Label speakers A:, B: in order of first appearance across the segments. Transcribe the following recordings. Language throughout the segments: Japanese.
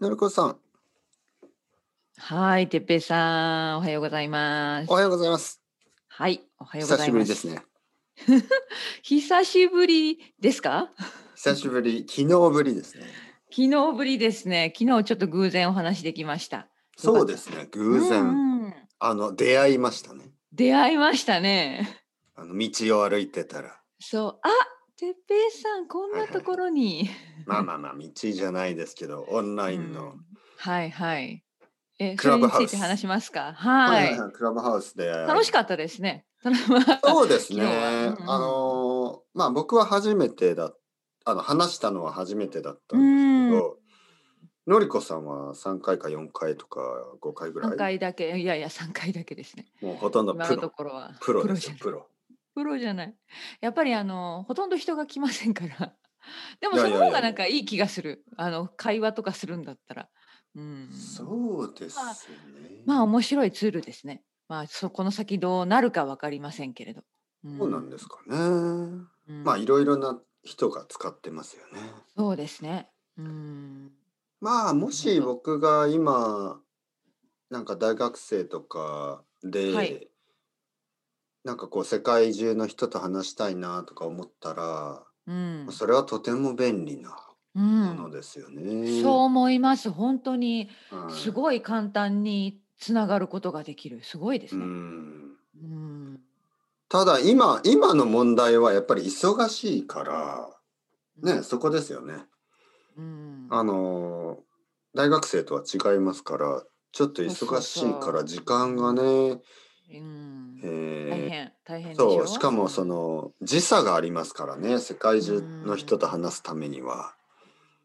A: のりこさん、
B: はい、てっぺいさん、おはようございます。
A: おはようございます。
B: はい、おはようご
A: 久
B: ざ
A: し
B: い
A: ぶ
B: ま
A: り
B: す。
A: ですね。
B: 久しぶりですか？
A: 久しぶり、昨日ぶりですね。
B: 昨日ぶりですね。昨日ちょっと偶然お話できました。
A: そうですね、偶然、
B: うんうん
A: あの出会いましたね。
B: 出会いましたね。
A: あの道を歩いてたら、
B: そう、あ、てっぺいさん、こんなところに。
A: まあまあまあ道じゃないですけど、オンライン
B: う
A: の、
B: んはいはい。え、
A: ク
B: そ
A: ラブ
B: れにつ
A: ハウス
B: いて話しますか？はい。
A: はいはいクラブハウスで
B: 楽しかったですね。
A: そうですね。
B: 昨日はうんうん
A: あのーまあ僕は初めてだ、あの話したのは初めてだった
B: う
A: です
B: ん
A: け
B: ん。
A: ど、のりこさんは三回か四回とか五回ぐら
B: 三
A: い、
B: 回だけ、いやいや三回だけですね。
A: もうほとんど
B: 今
A: プ
B: のと
A: ロ、
B: ころは
A: プロです
B: じゃ
A: よ
B: ない。
A: プロ。
B: プロじゃない。やっぱりあのほとんど人が来ませんから。 でも
A: いや
B: そ
A: いやいや
B: の
A: いや
B: 方がなんかいい気がする。あの会話とかするんだったら。うん。
A: そうです
B: まあ
A: ね。
B: まあ面白いツールですね。まあそこの先どうなるかわかりませんけれど。
A: そうなんです
B: か。
A: かね。
B: うん
A: まあいろいろな人が使ってますよね。
B: そうですね。うん。
A: まあもし
B: なるほど
A: 僕が今なんか大学生とかで、
B: はい
A: なんかこう世界中の人と話したいなとか思ったら、
B: うん。
A: それはとても便利な
B: う
A: もの
B: ん。
A: ですよ
B: そう
A: ね。
B: 思います。本当に
A: はい
B: すごい簡単につながることができる。すごいです
A: う
B: ね。
A: ん
B: うん。
A: ただ今今の問題はやっぱり忙しいからねそこですよね。
B: うん。
A: あのー大学生とは違いますからちょっと
B: そうそう
A: 忙しいから
B: そう
A: 時間がね、
B: うん。大
A: え
B: 変大変
A: ー
B: でしょ
A: そうしかもその時差がありますからね世界中の人と話すためには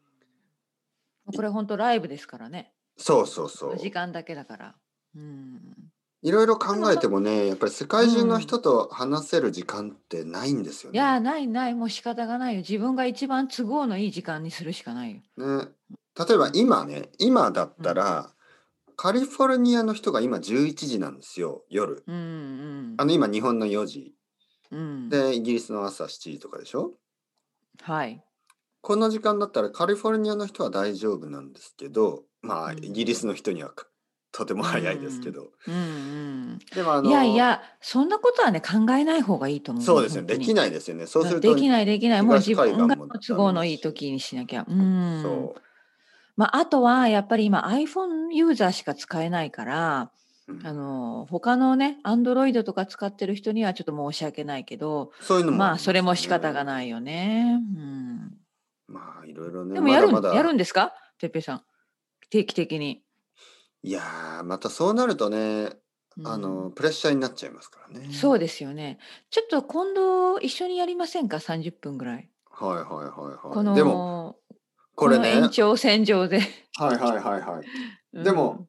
B: うんこれ本当ライブですからね
A: そうそうそう
B: 時間だけだからうん
A: いろいろ考えてもねやっぱり世界中の人と話せる時間ってないんですよ
B: い
A: ね。
B: やーないないもう仕方がないよ自分が一番都合のいい時間にするしかないよ
A: ね例えば今ね今だったらカリフォルニアの人が今11時なんですよ夜。
B: うんうん
A: あの今日本の4時
B: うん
A: でイギリスの朝7時とかでしょ
B: はい
A: この時間だったらカリフォルニアの人は大丈夫なんですけどまあ
B: うん
A: イギリスの人にはかとても早いですけど、
B: うん
A: でもあ
B: うん
A: の
B: いやいやそんなことはね考えない方がいいと思う
A: そうですよね
B: 本当
A: で
B: に
A: きないですよねそうする
B: で
A: と
B: きないできないもう自
A: 東海岸
B: 分
A: も
B: が都合のいい時にしなきゃうん
A: そ
B: まああとはやっぱり今 iPhone ユーザーしか使えないから
A: う、うん
B: あの他のね、アンドロイドとか使ってる人にはちょっと申し訳ないけど、
A: そういうのも
B: まあそれも仕方が
A: い
B: ないよね。うん、
A: まあいろいろね
B: でもやるん
A: まだまだ
B: やるんですか、てっぺいさん、定期的に。
A: いやーまたそうなるとね
B: うん
A: あのプレッシャーになっちゃいますからね
B: そう
A: で
B: ですよね。ちょっと今度一緒にやりませんか、30分ぐらい。
A: はいはいはい
B: こ
A: は
B: の
A: いでもこれ
B: の
A: ね
B: 延長線上で。
A: はいはいはいはい
B: うん
A: でも、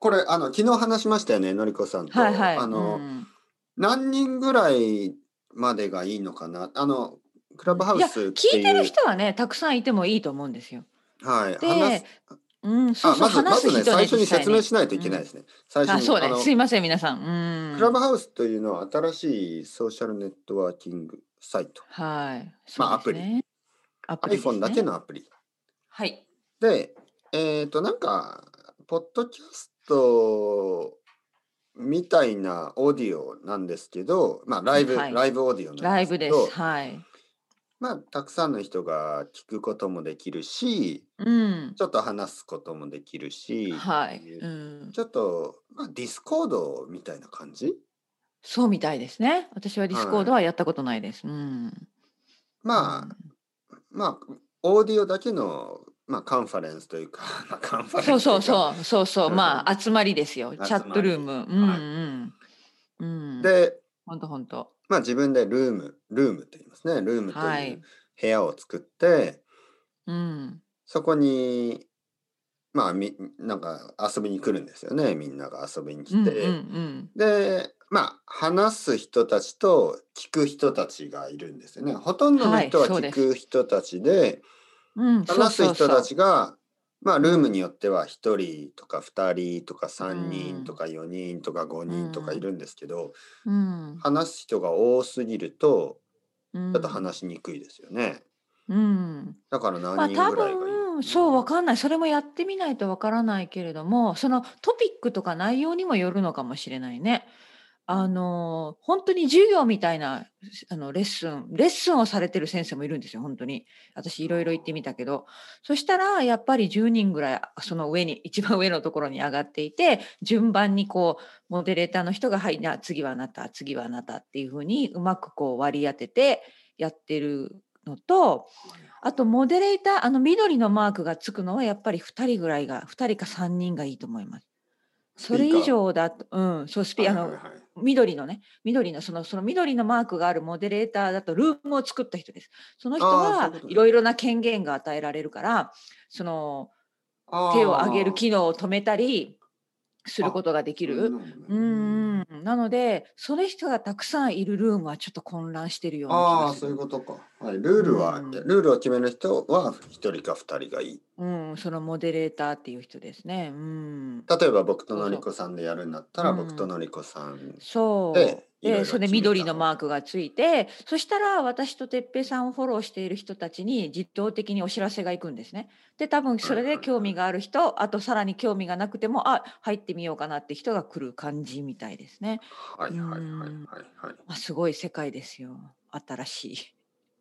A: これあの昨日話しましたよねのりこさんと、
B: はいはい。
A: あの、
B: うん
A: 何人ぐらいまでがいいのかなあのクラブハウ
B: いや
A: スっ
B: 聞
A: て
B: い
A: いう
B: てる人はね、たくさんいてもいいと思うんですよ。
A: はい話す
B: で、うん、そう
A: あ
B: そう、
A: まずま
B: 話
A: ず
B: す人
A: ね最初に
B: 実際
A: 説明しないといけないですね、最
B: あ、
A: 初に
B: そう
A: あ
B: ね。
A: の
B: すいません、皆さん。うん。
A: クラブハウスというのは新しいソーシャルネットワーキングサイト
B: はい。
A: まあ
B: そうですね。アプリですね
A: iPhone だけ。のアプリ
B: はい。
A: でえっ、となんかポッドキャストみたいなオーディオなんですけどまあライブ、
B: はい
A: ライブオーディオな
B: ラ
A: んで
B: イ
A: す
B: ブ
A: け
B: で
A: ど
B: す。はい。
A: まあたくさんの人が聞くこともできるし
B: うん。
A: ちょっと話すこともできるし、
B: はい。
A: えー
B: うん。
A: ちょっと、まあ、ディスコードみたいな感じ
B: そうみたいですね。私はディスコードはやったことないです。うん。
A: まあ、まあ、オーディオだけの、まあ、カンファレンスというか、 まあ、カンファ
B: うん。
A: レ
B: そ
A: ン
B: う
A: スとい
B: そう
A: か
B: うそう。そうそう。まあ、集まりですよ。チ
A: 集まり
B: ャットルーム。
A: は
B: うんうん。うん。、
A: で、
B: ほんとほんと。
A: まあ、自分でルーム、ルームと言いますね。ルームと
B: は
A: いう
B: い
A: 部屋を作って、
B: うん。
A: そこに、まあ、みなんか遊びに来るんですよね。みんなが遊びに来
B: うんうん
A: て。
B: うん。
A: で、まあ、話す人たちと聞く人たちがいるんですよね。ほとんどの
B: はい
A: 人は
B: そう
A: 聞
B: です
A: く人たちで、
B: うん。
A: 話す人た
B: そうそうそう
A: ちが、まあ、ルームによっては1人とか2人とか3
B: う
A: 人
B: ん
A: とか4人とか5人とか
B: うん
A: いるんですけど、
B: うん。
A: 話す人が多すぎると
B: うん
A: ちょっと話しにくいですよね。
B: うん。
A: だから
B: まあ
A: 何
B: 多
A: 人ぐらいがいいの
B: うん、そう、わかんない。それもやってみないとわからないけれども、そのトピックとか内容にもよるのかもしれないね。あの、本当に授業みたいな、あの、レッスン、レッスンをされてる先生もいるんですよ、本当に。私、いろいろ行ってみたけど。そしたら、やっぱり10人ぐらい、その上に、一番上のところに上がっていて、順番にこう、モデレーターの人が、はい、じゃあ次はあなた、次はあなたっていうふうに、うまくこう割り当ててやってるのと、あと、モデレーター、あの、緑のマークがつくのは、やっぱり2人ぐらいが、2人か3人がいいと思います。それ以上だと、うん、そう、スピ、あの、緑のね緑のそのその緑のマークがあるモデレーターだとルームを作った人です。その人はいろいろな権限が与えられるからその手を上げる機能を止めたりすることができる。うんなのでその人がたくさんいるルームはちょっと混乱してるような
A: ああそういうことか。はい、ルールは、うん、ルールを決める人は1人か2人がいい。
B: うんそのモデレーターっていう人ですね。うん、
A: 例えば僕とのりこさんでやるんだったら僕とのりこさん
B: そうででそれで緑のマークがついてそしたら私と哲平さんをフォローしている人たちに自動的にお知らせがいくんですね。で多分それで興味がある人あとさらに興味がなくてもあ入ってみようかなって人が来る感じみたいですね。
A: はいはいはいはいはい。
B: あすごい世界ですよ新しい。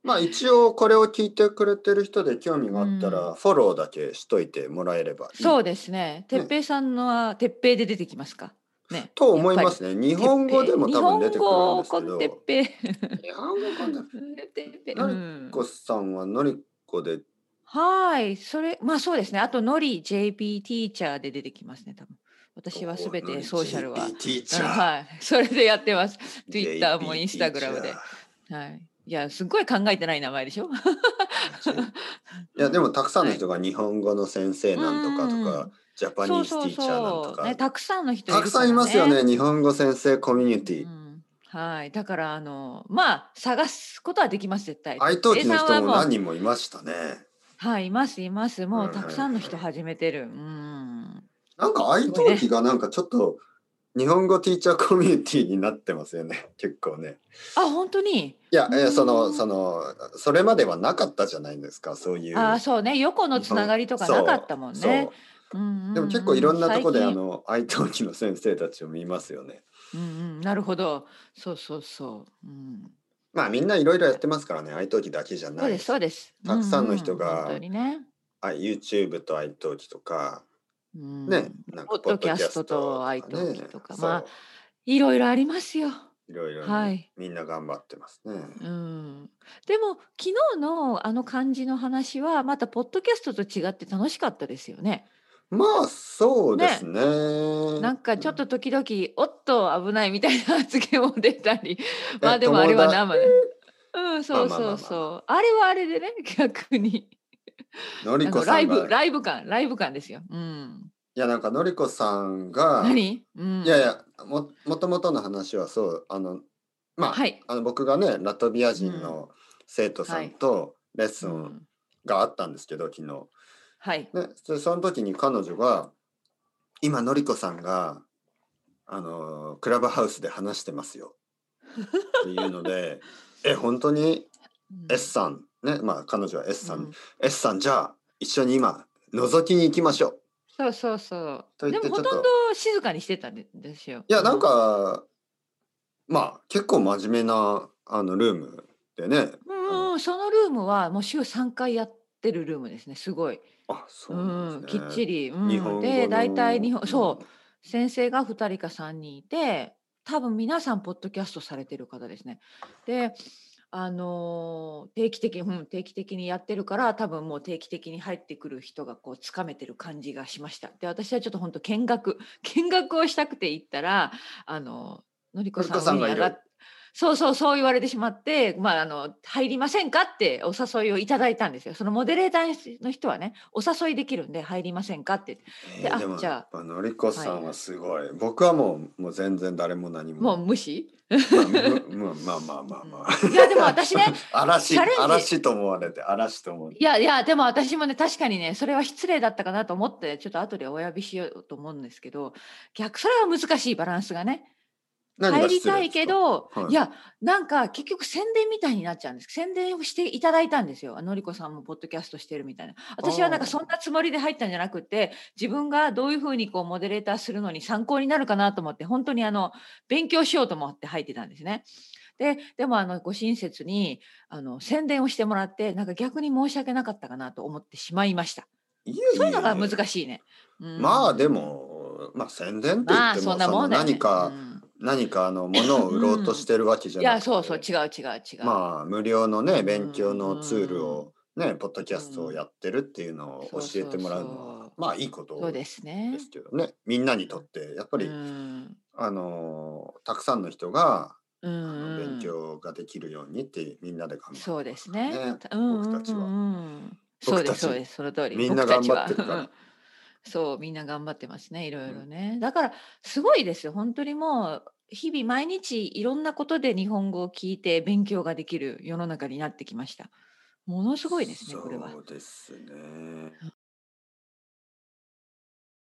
A: まあ一応これを聞いてくれてる人で興味があったらフォローだけしといてもらえればいい、
B: うん、そうですね。てっぺいさんのはてっぺいで出てきますか。ね。
A: と思いますね。日本語でも多分出てくるんですけど。
B: 日本語てっ
A: ぺい。日本語コンテッペイ。のりこさんはのりこで。
B: はい、それまあそうですね。あとのり JP ティーチャーで出てきますね。多分。私はすべてソーシャルは、はい、 それでやってます。Twitter も Instagram で、はい。いや、すごい考えてない名前でしょ
A: いや、でもたくさんの人が日本語の先生なんとかとか、はい、ジャパニーズティーチャーなんとか。そうそうそう
B: ね、たくさんの人、、
A: ね、たくさんいますよね、日本語先生コミュニティ。うん
B: はい、だからあのまあ探すことはできます絶対。
A: 愛登記の人も何人もいましたね。
B: はい、いますいます。もうたくさんの人始めてる。うん。
A: なんか愛登記がなんかちょっと、日本語ティーチャーコミュニティになってますよね結構ね。
B: あ本当に
A: いや、えそのそのそれまではなかったじゃないですかそういう。
B: あそうね横のつながりとかなかったもんね。
A: でも結構いろんなとこであの愛登記の先生たちを見ますよね。
B: うんうん、なるほどそうそうそう。うん、
A: まあみんないろいろやってますからね愛登記だけじゃない
B: そうです
A: たくさんの人が、
B: うんうんね、
A: あ YouTube と愛登記とか。
B: ね、なんかポッドキャストとアイトーとか、まあいろいろありますよ。
A: いろいろ、はい、みんな頑張ってますね。
B: うん。でも昨日のあの感じの話はまたポッドキャストと違って楽しかったですよね。
A: まあそうですね
B: なんかちょっと時々、おっと危ないみたいな発言も出た り、まあでもあれは生で。うん、そうそうそう。あれはあれでね、 逆に。
A: のりこ
B: ライブライブ感ライブ感ですよ。うん。
A: いやなんかのりこさんが
B: 何？うん、
A: いやいやももともとの話はそうあのまあ,はい、あの僕がねラトビア人の生徒さんとレッスンがあったんですけど、うん、昨日。
B: はい。
A: ねその時に彼女が今のりこさんがあのクラブハウスで話してますよっていうの でえ本当に S さんねまあ、彼女は S さん、うん、S さんじゃあ一緒に今覗きに行きましょう。
B: そうそうそう。でもほとんど静かにしてたんですよ。
A: いやなんか、うん、まあ結構真面目なあのルームでね。
B: うん、そのルームはもう週3回やってるルームですねすごい。
A: あそうなんです
B: ね、うん、きっちり。うん、日本で大体日本そう、先生が2人か3人いて多分皆さんポッドキャストされてる方ですね。であのー、定期的に、うん、定期的にやってるから多分もう定期的に入ってくる人がこうつかめてる感じがしました。で私はちょっと本当見学 見学をしたくて行ったらあののりこさんに上がっそうそうそう言われてしまって、まあ、あの入りませんかってお誘いをいただいたんですよ。そのモデレーターの人はねお誘いできるんで入りませんかって。
A: であじゃあのりこさんはすごい、はい、僕はもうもう全然誰も何も。
B: もう無視
A: まあ、まあまあまあまあ。
B: いやでも私ね
A: 嵐嵐と思われて嵐と思われて。
B: いやいやでも私もね確かにねそれは失礼だったかなと思ってちょっと後でお呼びしようと思うんですけど逆それは難しいバランスがね。
A: 何が
B: 入
A: 失礼で
B: り
A: すか
B: たいけ、ど、
A: はい
B: い、やなんか結局宣伝みたいになっちゃうんです宣伝をしていただいたんですよのりこさんもポッドキャストしてるみたいな私はなんか
A: あー
B: そんなつもりで入ったんじゃなくて自分がどういうふうにこうモデレーターするのに参考になるかなと思って本当にあの勉強しようと思って入ってたんですね。ででもあのご親切にあの宣伝をしてもらってなんか逆に申し訳なかったかなと思ってしまいました。
A: いえいえ
B: そういうのが難
A: い
B: しいね。う
A: え。
B: ん
A: まあでも、まあ宣伝って言
B: ま
A: っ
B: あ
A: て
B: そ
A: も、
B: んな
A: そ
B: も
A: の
B: んだよね
A: 何か
B: う、ん
A: 何かあのものを売ろうとしてるわけじゃ
B: い
A: なくて、
B: やそうそう違う違う違う。
A: まあ無料のね勉強のツールをね、ポッドキャストをやってるっていうのを
B: そう
A: 教
B: そう
A: えてもらうのは
B: そう
A: まあいいこと
B: そう
A: で
B: ですすね。
A: けどねみんなにとってやっぱり、
B: うん
A: あのーたくさんの人が、
B: うん
A: あの
B: うん
A: 勉強ができるようにってみんなで考えて
B: そうですね。
A: ね
B: うん
A: 僕たちは
B: うんうんうんそ
A: 僕
B: うで
A: た
B: す
A: ち
B: そうですその通り。
A: みんな
B: 僕たちは
A: 頑張ってるから
B: そうみんな頑張ってますねいろいろね。だからすごいですよ本当にもう日々毎日いろんなことで日本語を聞いて勉強ができる世の中になってきました。ものすごいですねこれは。
A: そうですね